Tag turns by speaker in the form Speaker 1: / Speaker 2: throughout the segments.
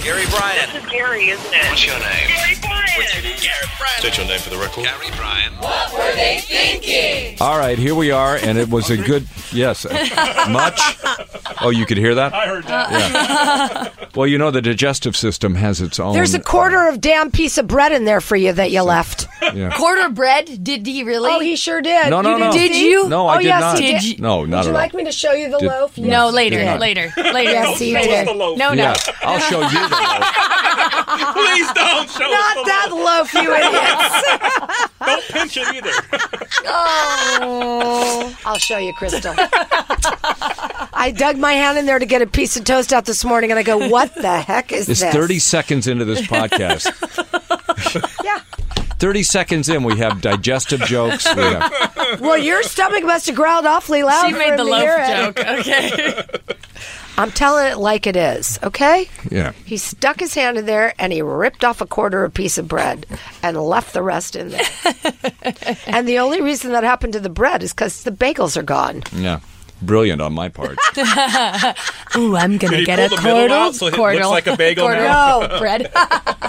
Speaker 1: Gary Bryan.
Speaker 2: This is Gary, isn't it?
Speaker 1: What's your name?
Speaker 2: Gary Bryan.
Speaker 1: Gary Bryan.
Speaker 3: State your name for the record.
Speaker 1: Gary Bryan.
Speaker 4: All right, here we are, and it was a good yes. uh, Much? Oh, you could hear that. I heard
Speaker 5: Uh-uh.
Speaker 4: that. Yeah. Well, you know the digestive system has its own.
Speaker 5: There's a quarter of damn piece of bread in there for you that you left.
Speaker 4: Yeah.
Speaker 6: Quarter bread? Did he really?
Speaker 5: Oh, he sure did.
Speaker 4: No, no,
Speaker 5: You
Speaker 4: no.
Speaker 5: didn't
Speaker 4: Did
Speaker 5: see?
Speaker 6: you?
Speaker 4: No,
Speaker 5: oh,
Speaker 4: I did
Speaker 5: yes,
Speaker 4: not.
Speaker 5: He
Speaker 6: Did
Speaker 5: did
Speaker 6: you-
Speaker 4: No, not
Speaker 5: Would you
Speaker 4: at
Speaker 5: like
Speaker 4: all.
Speaker 5: me to show you the
Speaker 4: Did-
Speaker 5: loaf?
Speaker 4: No.
Speaker 6: no,
Speaker 5: Yes.
Speaker 6: later,
Speaker 4: Yeah.
Speaker 6: later, later.
Speaker 5: Yes, he did. Not
Speaker 6: No, no.
Speaker 4: yeah, I'll show you. The loaf.
Speaker 3: Please don't show us the
Speaker 5: that loaf, you idiots.
Speaker 3: Don't pinch it either.
Speaker 5: Oh, I'll show you, Crystal. I dug my hand in there to get a piece of toast out this morning, and I go, "What the heck is
Speaker 4: It's
Speaker 5: this?"
Speaker 4: 30 seconds into this podcast.
Speaker 5: Yeah.
Speaker 4: 30 seconds in, we have digestive jokes. We have,
Speaker 5: Well, your stomach must have growled awfully loud.
Speaker 6: She
Speaker 5: for
Speaker 6: made
Speaker 5: him
Speaker 6: the
Speaker 5: to hear
Speaker 6: loaf
Speaker 5: it.
Speaker 6: joke. Okay.
Speaker 5: I'm telling it like it is. Okay.
Speaker 4: yeah.
Speaker 5: He stuck his hand in there and he ripped off a quarter of a piece of bread and left the rest in there. and the only reason that happened to the bread is because the bagels are gone.
Speaker 4: Yeah. Brilliant on my part.
Speaker 6: Ooh, I'm gonna
Speaker 3: he
Speaker 6: get
Speaker 3: pull
Speaker 6: a
Speaker 3: the middle
Speaker 6: cordle.
Speaker 3: out so it
Speaker 6: cordle.
Speaker 3: looks like a bagel
Speaker 6: Cordle.
Speaker 5: now?
Speaker 6: bread.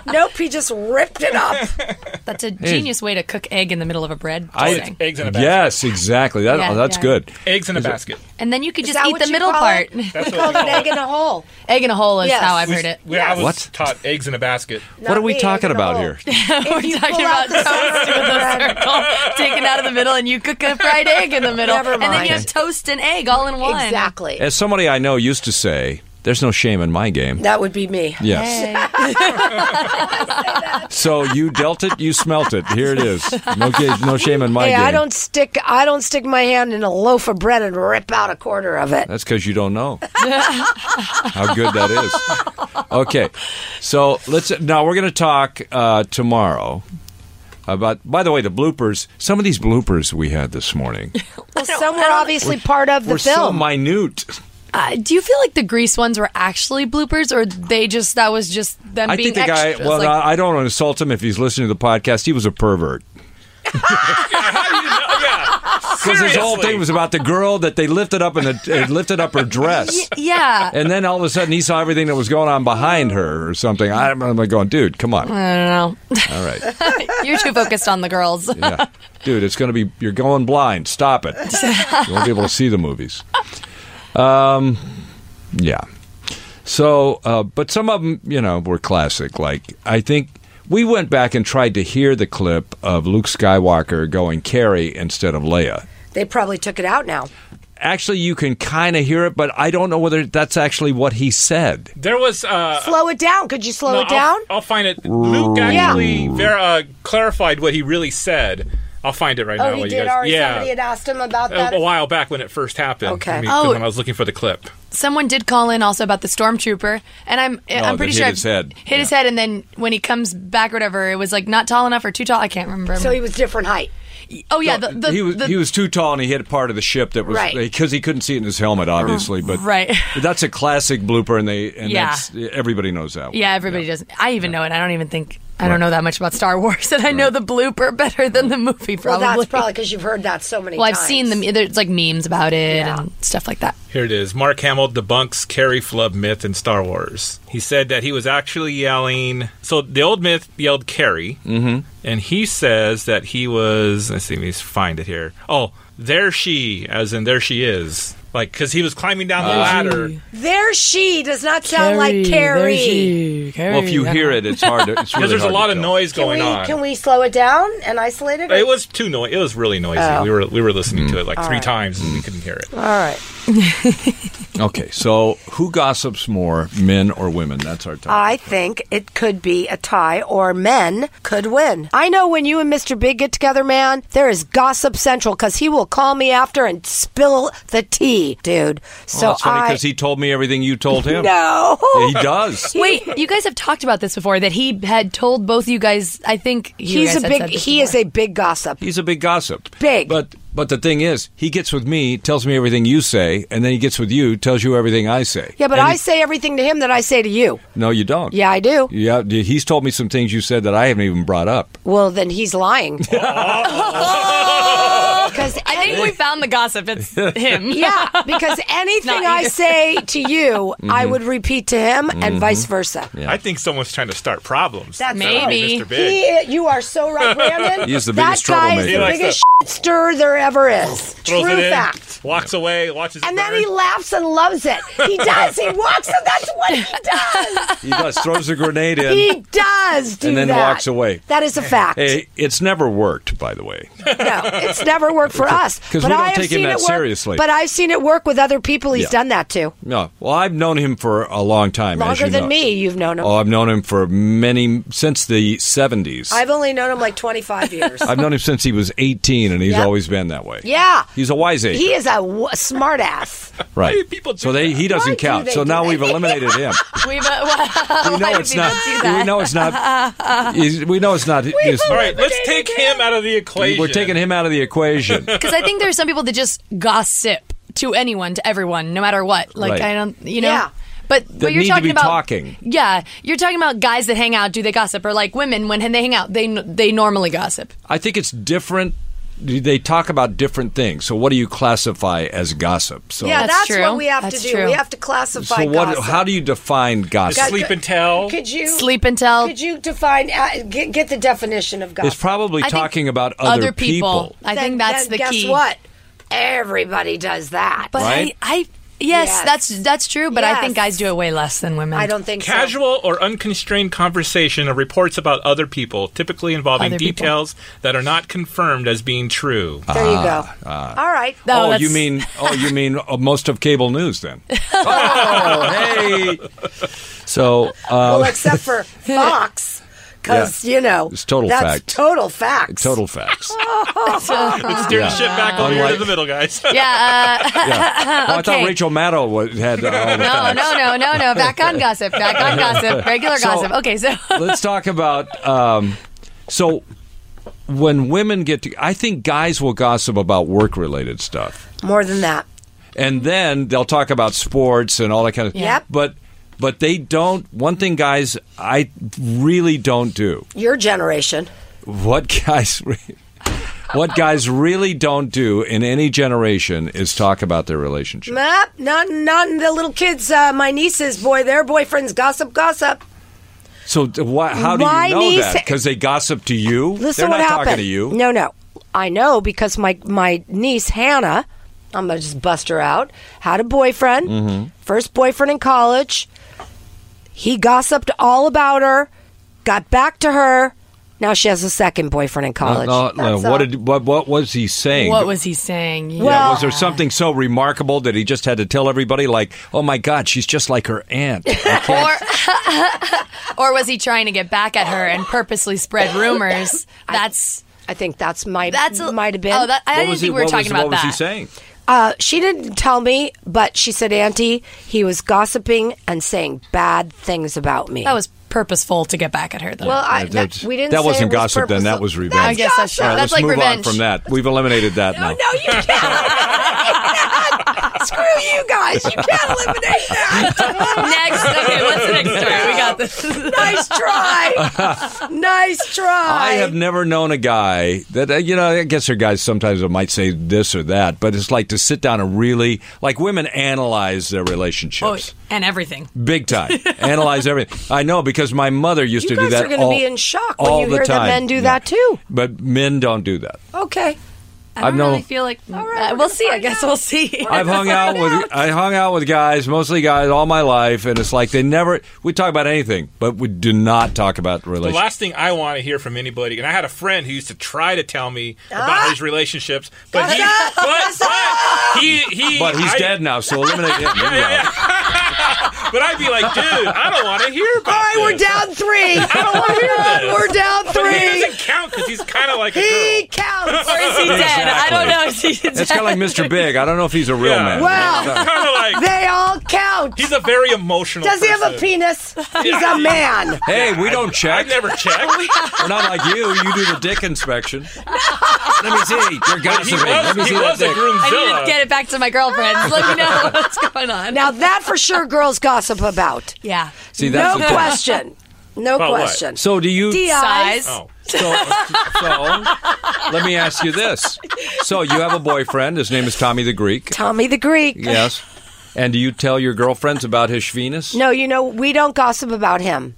Speaker 5: Nope, he just ripped it up.
Speaker 6: That's a genius way to cook egg in the middle of a bread.
Speaker 4: I,
Speaker 6: thing.
Speaker 3: Eggs in a basket.
Speaker 4: yes, exactly. That, oh,
Speaker 6: Yeah,
Speaker 4: that's
Speaker 6: yeah.
Speaker 4: good.
Speaker 3: Eggs in a basket.
Speaker 6: and then you could
Speaker 5: Is
Speaker 6: just
Speaker 5: that
Speaker 6: eat
Speaker 5: what
Speaker 6: the
Speaker 5: you
Speaker 6: middle
Speaker 5: call
Speaker 6: part.
Speaker 5: it?
Speaker 3: That's
Speaker 5: Called an egg in a hole.
Speaker 6: Egg in a hole is
Speaker 5: Yes.
Speaker 6: how I've heard it.
Speaker 3: We, I was
Speaker 4: What?
Speaker 3: taught eggs in a basket.
Speaker 4: what are we
Speaker 5: me, egg
Speaker 4: talking
Speaker 5: in a
Speaker 4: about
Speaker 5: hole.
Speaker 4: here?
Speaker 6: We're talking
Speaker 5: out
Speaker 6: about
Speaker 5: the
Speaker 6: toast with a circle taken out of the middle, and you cook a fried egg in the middle,
Speaker 5: Never
Speaker 6: and then
Speaker 5: mind.
Speaker 6: you have toast and egg all in one.
Speaker 5: Exactly.
Speaker 4: As somebody I know used to say, there's no shame in my game.
Speaker 5: That would be me.
Speaker 4: Yes. so you dealt it, you smelt it. Here it is. No, ga- no shame in my
Speaker 5: Hey,
Speaker 4: game.
Speaker 5: I don't stick I don't stick my hand in a loaf of bread and rip out a quarter of it.
Speaker 4: That's because you don't know how good that is. Okay, so let's now we're going to talk uh, tomorrow about. By the way, the bloopers. Some of these bloopers we had this morning
Speaker 5: Well, some were obviously part of the
Speaker 4: were so
Speaker 5: film.
Speaker 4: minute.
Speaker 6: Uh, do you feel like the grease ones were actually bloopers, or they just that was just them
Speaker 4: I
Speaker 6: being
Speaker 4: think the guy.
Speaker 6: extras?
Speaker 4: Well, uh,
Speaker 6: Like-
Speaker 4: I I don't want to insult him if he's listening to the podcast. He was a pervert. Because his whole thing was about the girl that they lifted up in the they lifted up her dress.
Speaker 6: yeah.
Speaker 4: And then all of a sudden he saw everything that was going on behind her or something. I'm, I'm like going, dude, come on.
Speaker 6: I don't know.
Speaker 4: All right.
Speaker 6: You're too focused on the girls.
Speaker 4: Yeah. Dude, it's going to be, you're going blind. Stop it. You won't be able to see the movies. Um, yeah. So, uh, but some of them, you know, were classic. Like, I think we went back and tried to hear the clip of Luke Skywalker going Carrie instead of Leia.
Speaker 5: they probably took it out now.
Speaker 4: Actually, you can kind of hear it, but I don't know whether that's actually what he said.
Speaker 3: There was. Uh,
Speaker 5: Slow it down. Could you slow
Speaker 3: no,
Speaker 5: it down?
Speaker 3: I'll, I'll find it. Luke actually ver- uh, clarified what he really said. I'll find it right now.
Speaker 5: Oh, he
Speaker 3: while you
Speaker 5: did
Speaker 3: guys-
Speaker 5: already.
Speaker 3: yeah. Oh,
Speaker 5: Somebody had asked him about
Speaker 3: a,
Speaker 5: that.
Speaker 3: a while back when it first happened.
Speaker 5: Okay.
Speaker 3: I mean, 'cause
Speaker 6: Oh.
Speaker 3: when I was looking for the clip.
Speaker 6: Someone did call in also about the stormtrooper, and I'm I'm
Speaker 4: Oh, that
Speaker 6: pretty
Speaker 4: hit
Speaker 6: sure
Speaker 4: his
Speaker 6: I've-
Speaker 4: head.
Speaker 6: Hit his head, and then when he comes back or whatever, it was like not tall enough or too tall. I can't remember.
Speaker 5: So he was different height.
Speaker 6: oh yeah, the, the,
Speaker 4: he was
Speaker 6: the-
Speaker 4: he was too tall and he hit part of the ship that was
Speaker 5: Right.
Speaker 4: because he couldn't see it in his helmet, obviously. But
Speaker 6: Right.
Speaker 4: but that's a classic blooper, and they and
Speaker 6: Yeah.
Speaker 4: that's everybody knows that. One.
Speaker 6: yeah. Everybody doesn't. I even know it. I don't even think I don't know that much about Star Wars, and I know the blooper better than the movie.
Speaker 5: Well,
Speaker 6: Probably.
Speaker 5: that's probably because you've heard that so many
Speaker 6: Well, I've
Speaker 5: times.
Speaker 6: seen the there's like memes about it
Speaker 5: Yeah.
Speaker 6: and stuff like that.
Speaker 3: Here it is. Mark Hamill debunks Carrie Flub myth in Star Wars. He said that he was actually yelling. So the old myth yelled Carrie, mm-hmm. and he says that he was. Let's see, let me find it here. Oh, there she, as in there she is. Like, because he was climbing down the
Speaker 4: Uh,
Speaker 3: ladder.
Speaker 5: There she does not sound like Carrie.
Speaker 4: Well, if you hear it, it's hard. To, it's really
Speaker 3: Because there's a
Speaker 4: hard
Speaker 3: lot
Speaker 4: to
Speaker 3: of
Speaker 4: tell.
Speaker 3: noise
Speaker 5: Can
Speaker 3: going
Speaker 5: we
Speaker 3: on.
Speaker 5: can we slow it down and isolate it?
Speaker 3: it was too noisy. It was really noisy. We were we were listening to it like three
Speaker 5: Oh. right. Mm.
Speaker 3: times and we couldn't hear it.
Speaker 5: All right.
Speaker 4: Okay, so who gossips more, men or women? That's our topic.
Speaker 5: I think it could be a tie or men could win. I know when you and Mr. Big get together, man, there is gossip central because he will call me after and spill the tea, dude.
Speaker 4: Well,
Speaker 5: So
Speaker 4: Oh, that's funny
Speaker 5: Uh, I
Speaker 4: because he told me everything you told him.
Speaker 5: no.
Speaker 4: He does.
Speaker 6: Wait, you guys have talked about this before that he had told both you guys. I think you
Speaker 5: He's
Speaker 6: guys
Speaker 5: a
Speaker 6: had
Speaker 5: big
Speaker 6: said this
Speaker 5: he is
Speaker 6: before.
Speaker 5: a big gossip.
Speaker 4: He's a big gossip.
Speaker 5: Big.
Speaker 4: But but the thing is, he gets with me, tells me everything you say, and then he gets with you, tells you everything I say.
Speaker 5: Yeah, but
Speaker 4: And
Speaker 5: I
Speaker 4: he-
Speaker 5: say everything to him that I say to you.
Speaker 4: No, you don't.
Speaker 5: Yeah, I do.
Speaker 4: Yeah, d- he's told me some things you said that I haven't even brought up.
Speaker 5: Well, then he's lying.
Speaker 4: Oh.
Speaker 5: Because
Speaker 6: I think we found the gossip. It's him.
Speaker 5: yeah, because anything I
Speaker 6: either.
Speaker 5: say to you, I
Speaker 4: Mm-hmm.
Speaker 5: would repeat to him, and vice versa.
Speaker 3: I think someone's trying to start problems.
Speaker 5: That's
Speaker 6: Maybe.
Speaker 3: Mr. Big.
Speaker 5: He, you are so right, Brandon.
Speaker 4: He is the biggest
Speaker 5: that guy
Speaker 4: troublemaker. He
Speaker 5: Is
Speaker 3: likes
Speaker 5: the biggest stir there ever is.
Speaker 3: Throws
Speaker 5: True
Speaker 3: it in,
Speaker 5: fact.
Speaker 3: walks away, watches it
Speaker 5: And then
Speaker 3: burn.
Speaker 5: he laughs and loves it. He does. He walks, and that's what he does.
Speaker 4: He does throws a grenade in.
Speaker 5: He does do
Speaker 4: And then
Speaker 5: that.
Speaker 4: walks away.
Speaker 5: That is a fact.
Speaker 4: Hey, it's never worked, by the way.
Speaker 5: No, it's never worked for us.
Speaker 4: 'Cause
Speaker 5: But
Speaker 4: we don't
Speaker 5: I have
Speaker 4: take him
Speaker 5: seen
Speaker 4: that
Speaker 5: it work-
Speaker 4: seriously.
Speaker 5: But I've seen it work with other people. He's
Speaker 4: Yeah.
Speaker 5: done that too.
Speaker 4: No. Well, I've known him for a long time. as
Speaker 5: Longer
Speaker 4: you
Speaker 5: than
Speaker 4: know.
Speaker 5: me, you've known him.
Speaker 4: Oh, I've known him for many since the seventies.
Speaker 5: I've only known him like 25 years.
Speaker 4: I've known him since he was 18, and he's
Speaker 5: Yep.
Speaker 4: always been that way.
Speaker 5: yeah.
Speaker 4: He's a wiseacre.
Speaker 5: He is a w- smart ass.
Speaker 4: Right.
Speaker 3: do people do
Speaker 4: so they, he
Speaker 5: Why
Speaker 4: doesn't
Speaker 5: do
Speaker 4: count.
Speaker 5: they
Speaker 4: So
Speaker 5: do
Speaker 4: now
Speaker 5: that?
Speaker 4: we've eliminated him.
Speaker 6: We've, uh, well,
Speaker 4: We know it's not. We know it's not. he's- We know it's not. his-
Speaker 3: All right, let's take him out of the equation.
Speaker 4: We're taking him out of the equation.
Speaker 6: Because I think there's some people that just gossip to anyone, to everyone, no matter what. Like
Speaker 4: Right.
Speaker 6: I don't, you know.
Speaker 5: Yeah.
Speaker 6: But
Speaker 4: That
Speaker 6: but you're
Speaker 4: need to
Speaker 6: talking
Speaker 4: be
Speaker 6: about
Speaker 4: talking.
Speaker 6: Yeah, you're talking about guys that hang out. Do they gossip or like women when they hang out? They they normally gossip.
Speaker 4: I think it's different. They talk about different things. So what do you classify as gossip? So
Speaker 5: Yeah,
Speaker 6: That's
Speaker 5: that's,
Speaker 6: true.
Speaker 5: what we have to
Speaker 6: That's
Speaker 5: do.
Speaker 6: true.
Speaker 5: We have to classify
Speaker 4: so what?
Speaker 5: gossip.
Speaker 4: How do you define gossip?
Speaker 5: Got-
Speaker 3: Sleep and tell.
Speaker 5: Could you
Speaker 6: Sleep and tell.
Speaker 5: Could you define uh, get, get the definition of gossip?
Speaker 4: It's probably
Speaker 6: I think
Speaker 4: talking about other, people. Oh,
Speaker 6: I
Speaker 5: Then-
Speaker 6: think that's
Speaker 5: then
Speaker 6: the
Speaker 5: guess
Speaker 6: key.
Speaker 5: Guess what? Everybody does that.
Speaker 6: But
Speaker 4: Right?
Speaker 6: I, I yes,
Speaker 5: Yes.
Speaker 6: that's that's true. But I think
Speaker 5: Yes.
Speaker 6: guys do it way less than women.
Speaker 5: I don't think so.
Speaker 3: Casual or unconstrained conversation of reports about other people, typically involving
Speaker 6: Other people.
Speaker 3: details that are not confirmed as being true.
Speaker 5: There you
Speaker 4: Ah,
Speaker 5: go. All right.
Speaker 6: No,
Speaker 4: oh,
Speaker 6: that's-
Speaker 4: you mean oh, you mean uh, most of cable news then? oh, hey. So uh,
Speaker 5: well, Oh, except for Fox, because
Speaker 4: Yeah.
Speaker 5: you know
Speaker 4: It's total
Speaker 5: that's
Speaker 4: fact.
Speaker 5: Total facts.
Speaker 4: total facts. Oh,
Speaker 3: Let's steer the ship back over here to
Speaker 4: Unlike-
Speaker 3: the middle, guys.
Speaker 6: Yeah. Uh,
Speaker 4: Yeah. Oh, I
Speaker 6: Okay.
Speaker 4: thought Rachel Maddow wa- had uh, all the
Speaker 6: no,
Speaker 4: facts.
Speaker 6: no, no, no, no. Back on gossip. Back on gossip. Regular
Speaker 4: So-
Speaker 6: gossip. Okay, so
Speaker 4: Let's talk about um, so when women get to. I think guys will gossip about work related stuff,
Speaker 5: More than that.
Speaker 4: and then they'll talk about sports and all that kind of.
Speaker 6: Yep.
Speaker 4: But but they don't. One thing, guys, I really don't do.
Speaker 5: Your generation.
Speaker 4: What guys. Re- what guys really don't do in any generation is talk about their relationship.
Speaker 5: Nah, not, not the little kids. Uh, my nieces, boy, their boyfriends gossip, gossip.
Speaker 4: So th- why, how do
Speaker 5: My
Speaker 4: you know
Speaker 5: niece-
Speaker 4: that? Because they gossip to you.
Speaker 5: Listen
Speaker 4: They're
Speaker 5: what
Speaker 4: not
Speaker 5: happened.
Speaker 4: talking to you.
Speaker 5: No, no. I know because my my niece Hannah, I'm gonna just bust her out. Had a boyfriend,
Speaker 4: Mm-hmm.
Speaker 5: first boyfriend in college. He gossiped all about her. Got back to her. Now she has a second
Speaker 4: Uh,
Speaker 5: boyfriend in college.
Speaker 4: No, no,
Speaker 5: That's
Speaker 4: what
Speaker 5: all.
Speaker 4: did what, what was he saying?
Speaker 6: what was he saying? Yeah.
Speaker 4: yeah,
Speaker 5: Well-
Speaker 4: was there something so remarkable that he just had to tell everybody, like, "Oh my God, she's just like her aunt." I can't-
Speaker 6: or or was he trying to get back at her and purposely spread rumors? That's
Speaker 5: I think that's my
Speaker 6: that's
Speaker 5: that's
Speaker 6: a,
Speaker 5: might have been.
Speaker 6: Oh, that, I
Speaker 4: What
Speaker 6: didn't
Speaker 4: was
Speaker 6: think
Speaker 4: he-
Speaker 6: we were
Speaker 4: what
Speaker 6: talking
Speaker 4: was-
Speaker 6: about
Speaker 4: what was
Speaker 6: that.
Speaker 4: he saying?
Speaker 5: Uh, she didn't tell me, but she said, "Auntie, he was gossiping and saying bad things about me."
Speaker 6: That was purposeful to get back at her, though.
Speaker 5: well, I,
Speaker 4: Yeah,
Speaker 5: that,
Speaker 4: that's-
Speaker 5: we didn't.
Speaker 4: that
Speaker 5: say
Speaker 4: wasn't
Speaker 5: it was
Speaker 4: gossip then. That
Speaker 5: purposeful.
Speaker 4: was revenge.
Speaker 6: I guess that's
Speaker 5: gossip.
Speaker 4: All right, let's
Speaker 6: that's like
Speaker 4: move
Speaker 6: revenge.
Speaker 4: on from that. We've eliminated that now.
Speaker 5: No, you can't. Screw you guys. You can't eliminate that.
Speaker 6: next, okay, what's the next story? We got this.
Speaker 5: Nice try. Nice try.
Speaker 4: I have never known a guy that uh, you know. I guess there are guys sometimes that might say this or that, but it's like to sit down and really like women analyze their
Speaker 6: Oh,
Speaker 4: relationships
Speaker 6: and everything.
Speaker 4: big time, analyze everything. I know because my mother used
Speaker 5: You
Speaker 4: to do
Speaker 5: guys
Speaker 4: that.
Speaker 5: are gonna
Speaker 4: all-
Speaker 5: be in shock when
Speaker 4: all
Speaker 5: you
Speaker 4: the
Speaker 5: hear that
Speaker 4: time.
Speaker 5: men do
Speaker 4: Yeah.
Speaker 5: that too.
Speaker 4: But men don't do that.
Speaker 5: Okay.
Speaker 6: I
Speaker 4: I've
Speaker 6: don't
Speaker 4: known-
Speaker 6: really feel like. Uh, we'll see. I guess we'll see.
Speaker 4: I've hung out with I hung out with guys, mostly guys, all my life, and it's like they never we talk about anything, but we do not talk about
Speaker 3: The
Speaker 4: relationships.
Speaker 3: last thing I want to hear from anybody, and I had a friend who used to try to tell me
Speaker 5: Ah.
Speaker 3: about his relationships, but he, but, but he, he,
Speaker 4: But he's
Speaker 3: I-
Speaker 4: dead now, so eliminate him.
Speaker 3: But I'd be like, dude, I don't want to hear about.
Speaker 5: All right, we're
Speaker 3: this.
Speaker 5: down three.
Speaker 3: I don't want to hear this.
Speaker 5: We're down
Speaker 3: He
Speaker 5: three.
Speaker 3: doesn't count because he's kind of like a
Speaker 5: He
Speaker 3: girl.
Speaker 5: counts.
Speaker 6: or is he dead? I don't know. Is he dead?
Speaker 4: It's kind of like Mr. Big. I don't know if he's a real
Speaker 3: Yeah.
Speaker 4: man.
Speaker 5: Well,
Speaker 3: Kind of like
Speaker 5: they all count.
Speaker 3: he's a very emotional.
Speaker 5: Does he have a
Speaker 3: person.
Speaker 5: penis? He's a man.
Speaker 4: hey, we don't check.
Speaker 3: I've never checked.
Speaker 4: We're not like you. You do the dick inspection. Let me see. You're
Speaker 3: he
Speaker 4: gossiping. Let me
Speaker 3: was, he
Speaker 4: see that
Speaker 3: was a
Speaker 4: dick.
Speaker 6: I need to
Speaker 3: groomzilla.
Speaker 6: get it back to my girlfriends. Let me know what's going on.
Speaker 5: Now that for sure, girls gossip about.
Speaker 6: yeah.
Speaker 4: See, that's
Speaker 5: no
Speaker 4: the thing.
Speaker 5: question. No
Speaker 3: About what?
Speaker 5: question.
Speaker 4: So do you?
Speaker 5: DI.
Speaker 6: Size.
Speaker 3: Oh.
Speaker 4: So, so let me ask you this. So you have a boyfriend. His name is Tommy the Greek.
Speaker 5: Tommy the Greek.
Speaker 4: Yes. And do you tell your girlfriends about his Venus?
Speaker 5: No, you know we don't gossip about him.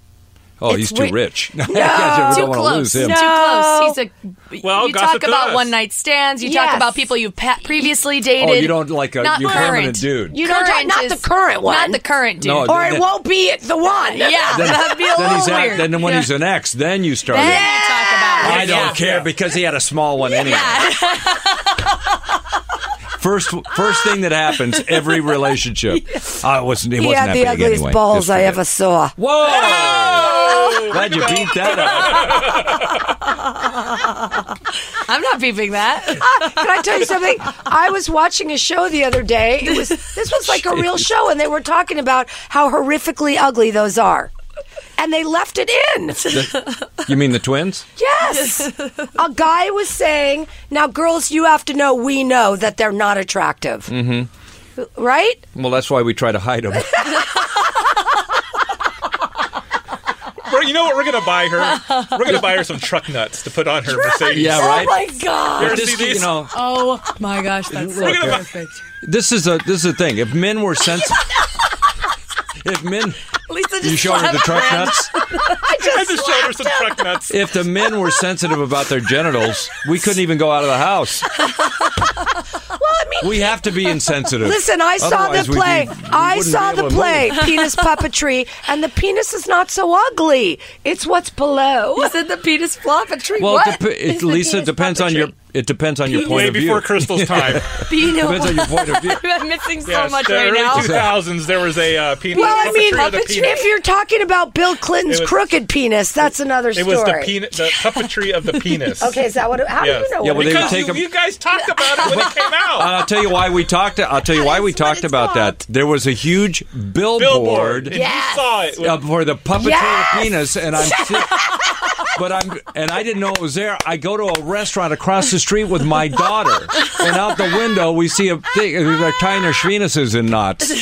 Speaker 4: Oh,
Speaker 5: It's
Speaker 4: he's too
Speaker 5: we-
Speaker 4: rich. No, yeah, we
Speaker 6: Too
Speaker 4: don't want to lose
Speaker 6: close.
Speaker 4: him.
Speaker 6: Too close. He's a.
Speaker 3: Well,
Speaker 6: you
Speaker 3: gossip
Speaker 6: talk
Speaker 3: to
Speaker 6: about
Speaker 3: us.
Speaker 6: one night stands. You
Speaker 5: Yes.
Speaker 6: talk about people you pa- previously dated.
Speaker 4: Oh, you don't like a
Speaker 6: Not
Speaker 4: you permanent
Speaker 6: current.
Speaker 4: dude.
Speaker 5: You don't talk,
Speaker 6: Current
Speaker 5: not
Speaker 6: is-
Speaker 5: the current one.
Speaker 6: Not the current dude.
Speaker 4: No,
Speaker 5: Or
Speaker 4: Then-
Speaker 5: it won't be the one.
Speaker 6: yeah, that'd be a
Speaker 4: then
Speaker 6: little
Speaker 4: he's at-
Speaker 6: weird.
Speaker 4: then when
Speaker 6: yeah.
Speaker 4: he's an ex, then you start. it.
Speaker 6: then you talk about.
Speaker 4: I
Speaker 6: it,
Speaker 4: don't
Speaker 6: yeah.
Speaker 4: care because he had a small one anyway. First, first thing that happens every relationship. I wasn't. He
Speaker 5: He
Speaker 4: wasn't
Speaker 5: had
Speaker 4: that
Speaker 5: the
Speaker 4: big
Speaker 5: ugliest
Speaker 4: anyway.
Speaker 5: balls
Speaker 4: Just
Speaker 5: I
Speaker 4: forget
Speaker 5: ever
Speaker 4: it.
Speaker 5: saw.
Speaker 4: Whoa! Glad you beat that up.
Speaker 6: I'm not beeping that.
Speaker 5: Can I tell you something? I was watching a show the other day. It was this was like a real show, and they were talking about how horrifically ugly those are, and they left it in.
Speaker 4: You mean the twins?
Speaker 5: Yes, a guy was saying, "Now, girls, you have to know. We know that they're not attractive, mm-hmm. right?
Speaker 4: Well, that's why we try to hide them.
Speaker 3: Bro, you know what? We're gonna buy her. We're gonna buy her some truck nuts to put on her Mercedes.
Speaker 4: Yeah, right.
Speaker 5: Oh my god!
Speaker 3: You're
Speaker 4: This,
Speaker 3: see
Speaker 4: you
Speaker 3: these?
Speaker 4: know,
Speaker 6: Oh my gosh, that's so
Speaker 4: Look, uh,
Speaker 6: perfect.
Speaker 4: this is a this is a thing. If men were sensitive, if men,
Speaker 6: Lisa just
Speaker 4: you show her the
Speaker 6: slapped
Speaker 4: truck
Speaker 6: her.
Speaker 4: nuts.
Speaker 3: I just showed her some truck nuts.
Speaker 4: If the men were sensitive about their genitals, we couldn't even go out of the house. we have to be insensitive.
Speaker 5: Listen, I saw
Speaker 4: Otherwise,
Speaker 5: the
Speaker 4: we'd be-
Speaker 5: play.
Speaker 4: we
Speaker 5: I
Speaker 4: wouldn't be
Speaker 5: saw
Speaker 4: able
Speaker 5: the
Speaker 4: to
Speaker 5: play,
Speaker 4: move.
Speaker 5: penis puppetry, and the penis is not so ugly. It's what's below.
Speaker 6: You said the penis floppetry.
Speaker 4: Well,
Speaker 6: what?
Speaker 4: it dep-
Speaker 6: Is
Speaker 4: it,
Speaker 6: the
Speaker 4: Lisa, it
Speaker 6: penis
Speaker 4: depends on your.
Speaker 6: puppetry?
Speaker 4: It depends on your point
Speaker 3: Way
Speaker 4: of view.
Speaker 3: before Crystal's time.
Speaker 4: depends on your point of view.
Speaker 6: I'm missing so
Speaker 3: Yes,
Speaker 6: much
Speaker 3: the
Speaker 6: right
Speaker 3: early
Speaker 6: now.
Speaker 3: 2000s, there was a uh, penis.
Speaker 5: Well, I
Speaker 3: puppetry
Speaker 5: mean,
Speaker 3: of the penis.
Speaker 5: if you're talking about Bill Clinton's
Speaker 3: It was-
Speaker 5: crooked penis, that's another
Speaker 3: It
Speaker 5: story.
Speaker 3: was the, penis, the puppetry of the penis.
Speaker 5: Okay, is that what? How
Speaker 3: Yes.
Speaker 5: do you know?
Speaker 4: Yeah,
Speaker 5: what
Speaker 4: well, they would
Speaker 5: it
Speaker 3: Because
Speaker 4: take Uh,
Speaker 3: you,
Speaker 4: a-
Speaker 3: you guys talked about it when it came
Speaker 4: And
Speaker 3: out.
Speaker 4: I'll tell you why we talked. I'll tell you why we
Speaker 5: That's what
Speaker 4: talked
Speaker 5: it's
Speaker 4: about
Speaker 5: called.
Speaker 4: that. There was a huge
Speaker 3: Billboard.
Speaker 4: billboard
Speaker 3: And You saw it.
Speaker 4: uh, for the puppetry
Speaker 5: Yes!
Speaker 4: of penis, and I'm. si- But I'm, and I didn't know it was there. I go to a restaurant across the street with my daughter, and out the window we see a thing. uh, They're tying their schweenuses in knots.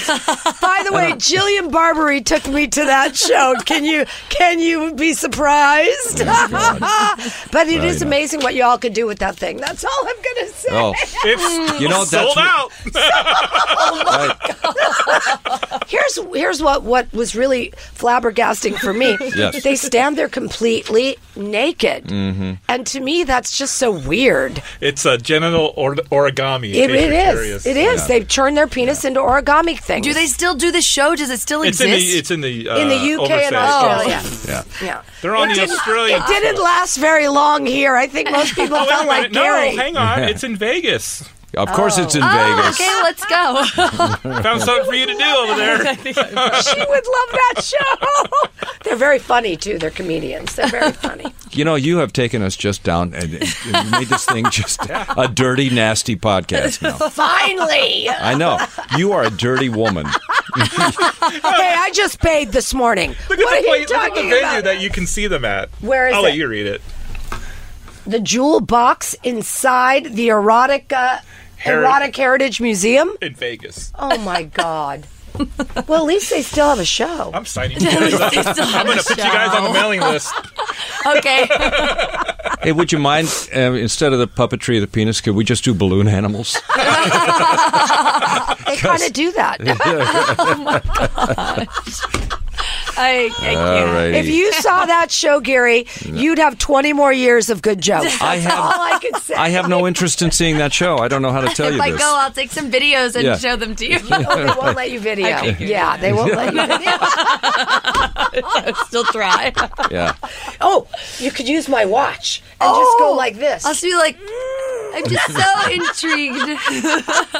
Speaker 5: By the way, Jillian Barbary took me to that show. Can you can you be surprised? but it is
Speaker 4: Well, you know.
Speaker 5: amazing what y'all could do with that thing. That's all I'm gonna say.
Speaker 4: Oh,
Speaker 3: It's
Speaker 4: You know, that's
Speaker 3: sold
Speaker 4: what-
Speaker 3: out.
Speaker 4: I-
Speaker 5: Here's here's what what was really flabbergasting for me.
Speaker 4: Yes.
Speaker 5: They stand there completely naked, and to me that's just so weird.
Speaker 3: It's a genital or- origami. in
Speaker 5: It,
Speaker 3: case
Speaker 5: it
Speaker 3: you're
Speaker 5: is.
Speaker 3: curious.
Speaker 5: It is. They've turned their penis into origami things.
Speaker 6: Do they still do the show? Does it still
Speaker 3: It's in the
Speaker 6: exist?
Speaker 3: it's in the uh,
Speaker 5: in the UK and
Speaker 3: overseas.
Speaker 5: Australia?
Speaker 4: yeah.
Speaker 5: Oh, Yeah.
Speaker 3: They're on the Australian.
Speaker 5: It didn't last very long here. I think most people
Speaker 3: Oh, wait a
Speaker 5: felt like
Speaker 3: minute. no,
Speaker 5: Gary.
Speaker 3: hang on. It's in Vegas.
Speaker 4: Of course, it's in
Speaker 6: oh,
Speaker 4: Vegas.
Speaker 6: okay, let's go.
Speaker 3: Found something for you to do over there.
Speaker 5: she would love that show. They're very funny too. They're comedians. They're very funny.
Speaker 4: You know, you have taken us just down and, and made this thing just a dirty, nasty podcast now.
Speaker 5: Finally.
Speaker 4: I know. You are a dirty woman.
Speaker 5: Hey, I just paid this morning.
Speaker 3: Look at
Speaker 5: what
Speaker 3: the,
Speaker 5: are
Speaker 3: place-
Speaker 5: you
Speaker 3: look at the
Speaker 5: talking
Speaker 3: venue
Speaker 5: about?
Speaker 3: that you can see them at.
Speaker 5: Where is
Speaker 3: I'll
Speaker 5: it?
Speaker 3: let you read it.
Speaker 5: the jewel box inside the erotic uh,
Speaker 3: Heri-
Speaker 5: erotic heritage museum.
Speaker 3: In Vegas.
Speaker 5: Oh my god. well, at least they still have a show.
Speaker 3: I'm signing you guys up. I'm going to put you guys on the mailing list.
Speaker 6: okay.
Speaker 4: Hey, would you mind uh, instead of the puppetry of the penis, could we just do balloon animals?
Speaker 5: They kind of do that.
Speaker 6: I, I
Speaker 4: All
Speaker 6: can't.
Speaker 4: righty.
Speaker 5: If you saw that show, Gary, you'd have 20 more years of good jokes.
Speaker 4: I have-
Speaker 5: all I could say.
Speaker 4: I have no interest in seeing that show. I don't know how to tell
Speaker 6: If
Speaker 4: you
Speaker 6: I
Speaker 4: this.
Speaker 6: go, I'll take some videos and
Speaker 4: Yeah.
Speaker 6: show them to you.
Speaker 5: Oh, they won't let you video.
Speaker 6: figured,
Speaker 5: Yeah, they won't let you video.
Speaker 6: Still try.
Speaker 4: yeah.
Speaker 5: Oh, you could use my watch and just go like this.
Speaker 6: Oh, I'll just be like, "Mm, I'm just so intrigued.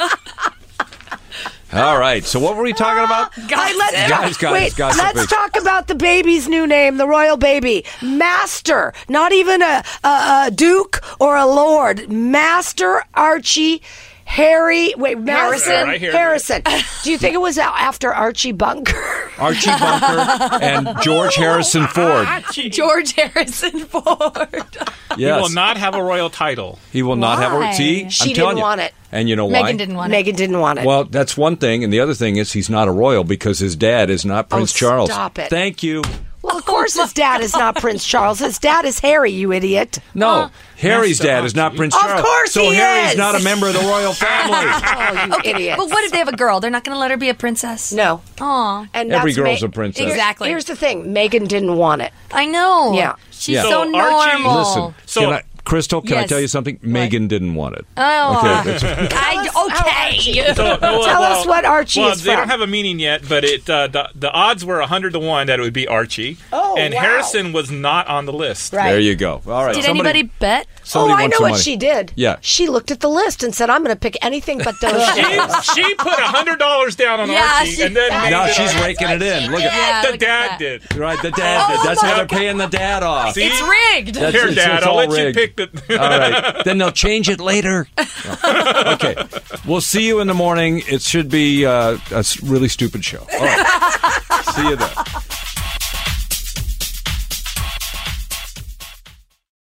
Speaker 4: All right. So what were we talking about?
Speaker 5: I let
Speaker 4: Guys, guys,
Speaker 5: Wait,
Speaker 4: guys,
Speaker 5: let's
Speaker 4: please.
Speaker 5: talk about the baby's new name, the royal baby, Master. Not even a, a, a duke or a lord, Master Archie. Harry, wait, Master
Speaker 6: Harrison.
Speaker 3: Right here.
Speaker 5: Harrison. Do you think it was out after Archie Bunker?
Speaker 4: Archie Bunker and George Harrison Ford.
Speaker 6: George Harrison Ford.
Speaker 4: Yes.
Speaker 3: He will not have a royal title.
Speaker 4: He will not have
Speaker 6: Why?
Speaker 4: a see.
Speaker 5: She
Speaker 4: I'm
Speaker 5: didn't
Speaker 4: telling you.
Speaker 5: want it.
Speaker 4: And you know why?
Speaker 6: Megan didn't want
Speaker 5: Megan didn't want it.
Speaker 4: Well, that's one thing, and the other thing is he's not a royal because his dad is not Prince Charles.
Speaker 5: stop it.
Speaker 4: Thank you.
Speaker 5: Well, of course, his dad is not Prince Charles. His dad is Harry, you idiot.
Speaker 4: No, Harry's dad is not Prince
Speaker 5: Of
Speaker 4: Charles.
Speaker 5: course
Speaker 4: so
Speaker 5: he
Speaker 4: Harry's
Speaker 5: is.
Speaker 4: not a member of the royal family.
Speaker 5: Oh, you
Speaker 6: it.
Speaker 5: idiot.
Speaker 6: But what if they have a girl? They're not going to let her be a princess.
Speaker 5: No.
Speaker 6: Aw.
Speaker 5: And
Speaker 4: Every
Speaker 5: that's
Speaker 4: girl's a princess.
Speaker 5: Here-
Speaker 6: Exactly.
Speaker 5: Here's the thing Megan didn't want it.
Speaker 6: I know.
Speaker 5: Yeah.
Speaker 6: She's
Speaker 4: Yeah.
Speaker 6: so
Speaker 3: So Archie-
Speaker 6: normal.
Speaker 4: Listen,
Speaker 3: So-
Speaker 4: can I, Crystal, can I
Speaker 6: Oh. Yes.
Speaker 4: tell you something? Megan didn't want it.
Speaker 6: Oh.
Speaker 4: Okay, that's-
Speaker 6: I, okay.
Speaker 3: So, no,
Speaker 5: Tell us what Archie
Speaker 3: well,
Speaker 5: is
Speaker 3: They
Speaker 5: from.
Speaker 3: don't have a meaning yet, but it uh, the, the odds were 100 to 1 that it would be Archie.
Speaker 5: Oh,
Speaker 3: And
Speaker 5: wow.
Speaker 3: Harrison was not on the list.
Speaker 5: Right.
Speaker 4: there you go. All right.
Speaker 6: Did
Speaker 4: somebody-
Speaker 6: anybody bet?
Speaker 4: somebody
Speaker 5: oh, I
Speaker 4: wants
Speaker 5: know
Speaker 4: some
Speaker 5: what
Speaker 4: money.
Speaker 5: she did.
Speaker 4: Yeah.
Speaker 5: She looked at the list and said, I'm going to pick anything but those
Speaker 3: She,
Speaker 5: shows.
Speaker 3: she put $100 down on
Speaker 6: Yeah,
Speaker 3: Archie,
Speaker 6: she-
Speaker 3: and then
Speaker 6: that-
Speaker 3: made
Speaker 4: Now
Speaker 3: it
Speaker 4: she's
Speaker 3: on-
Speaker 4: raking it in. Look at
Speaker 6: Yeah,
Speaker 3: The
Speaker 6: look at
Speaker 3: dad
Speaker 6: that.
Speaker 3: did.
Speaker 4: right. The dad.
Speaker 5: Oh,
Speaker 4: did. That's how they're paying the dad off.
Speaker 3: See?
Speaker 6: It's rigged.
Speaker 4: That's-
Speaker 3: Here,
Speaker 4: it's-
Speaker 3: Dad,
Speaker 4: it's
Speaker 3: I'll
Speaker 4: all
Speaker 3: let
Speaker 4: rigged.
Speaker 3: you pick the.
Speaker 4: All right. Then they'll change it later. okay. We'll see you in the morning. It should be uh, a s- really stupid show. All right. see you then.